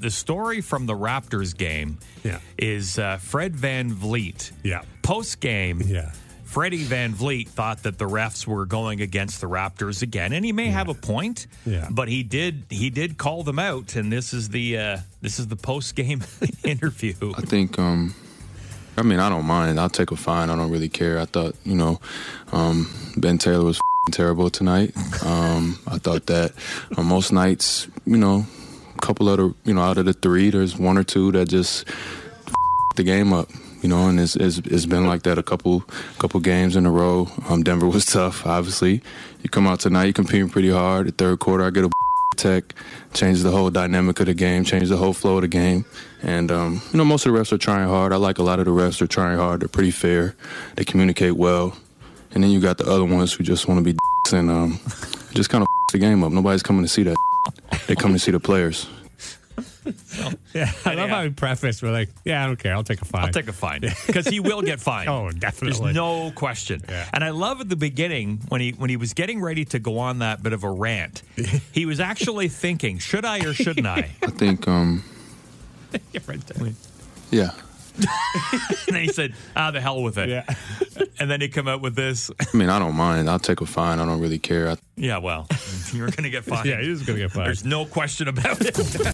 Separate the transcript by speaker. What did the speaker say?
Speaker 1: the story from the Raptors game
Speaker 2: Yeah.
Speaker 1: is uh, Fred Van Vliet.
Speaker 2: Yeah.
Speaker 1: Post game,
Speaker 2: Yeah.
Speaker 1: Freddie Van Vliet thought that the refs were going against the Raptors again, and he may have a point.
Speaker 2: Yeah.
Speaker 1: But he did he did call them out, and this is the uh, this is the post game interview.
Speaker 3: I think um I mean I don't mind. I'll take a fine. I don't really care. I thought, you know, um Ben Taylor was fing terrible tonight. Um I thought that on most nights, you know, a couple of the, you know, out of the 3, there's one or two that just the game up. You know, and it's, it's, it's been like that a couple couple games in a row. Um, Denver was tough, obviously. You come out tonight, you're competing pretty hard. The third quarter, I get a tech, changed the whole dynamic of the game, changed the whole flow of the game. And, um, you know, most of the refs are trying hard. I like a lot of the refs are trying hard. They're pretty fair. They communicate well. And then you got the other ones who just want to be dicks and um, just kind of the game up. Nobody's coming to see that. They come to see the players.
Speaker 2: Yeah. I love
Speaker 1: Yeah.
Speaker 2: how he prefaced with like, yeah, I don't care. I'll take a fine.
Speaker 1: I'll take a fine because he will get fined.
Speaker 2: Oh, definitely.
Speaker 1: There's no question.
Speaker 2: Yeah.
Speaker 1: And I love at the beginning when he when he was getting ready to go on that bit of a rant, he was actually thinking, should I or shouldn't I?
Speaker 3: I think, um, yeah.
Speaker 1: And then he said, ah, the hell with it.
Speaker 2: Yeah.
Speaker 1: And then he come out with this.
Speaker 3: I mean, I don't mind. I'll take a fine. I don't really care. I
Speaker 1: Yeah, well, you're going to get fined.
Speaker 2: Yeah, he was going to get fined.
Speaker 1: There's no question about it.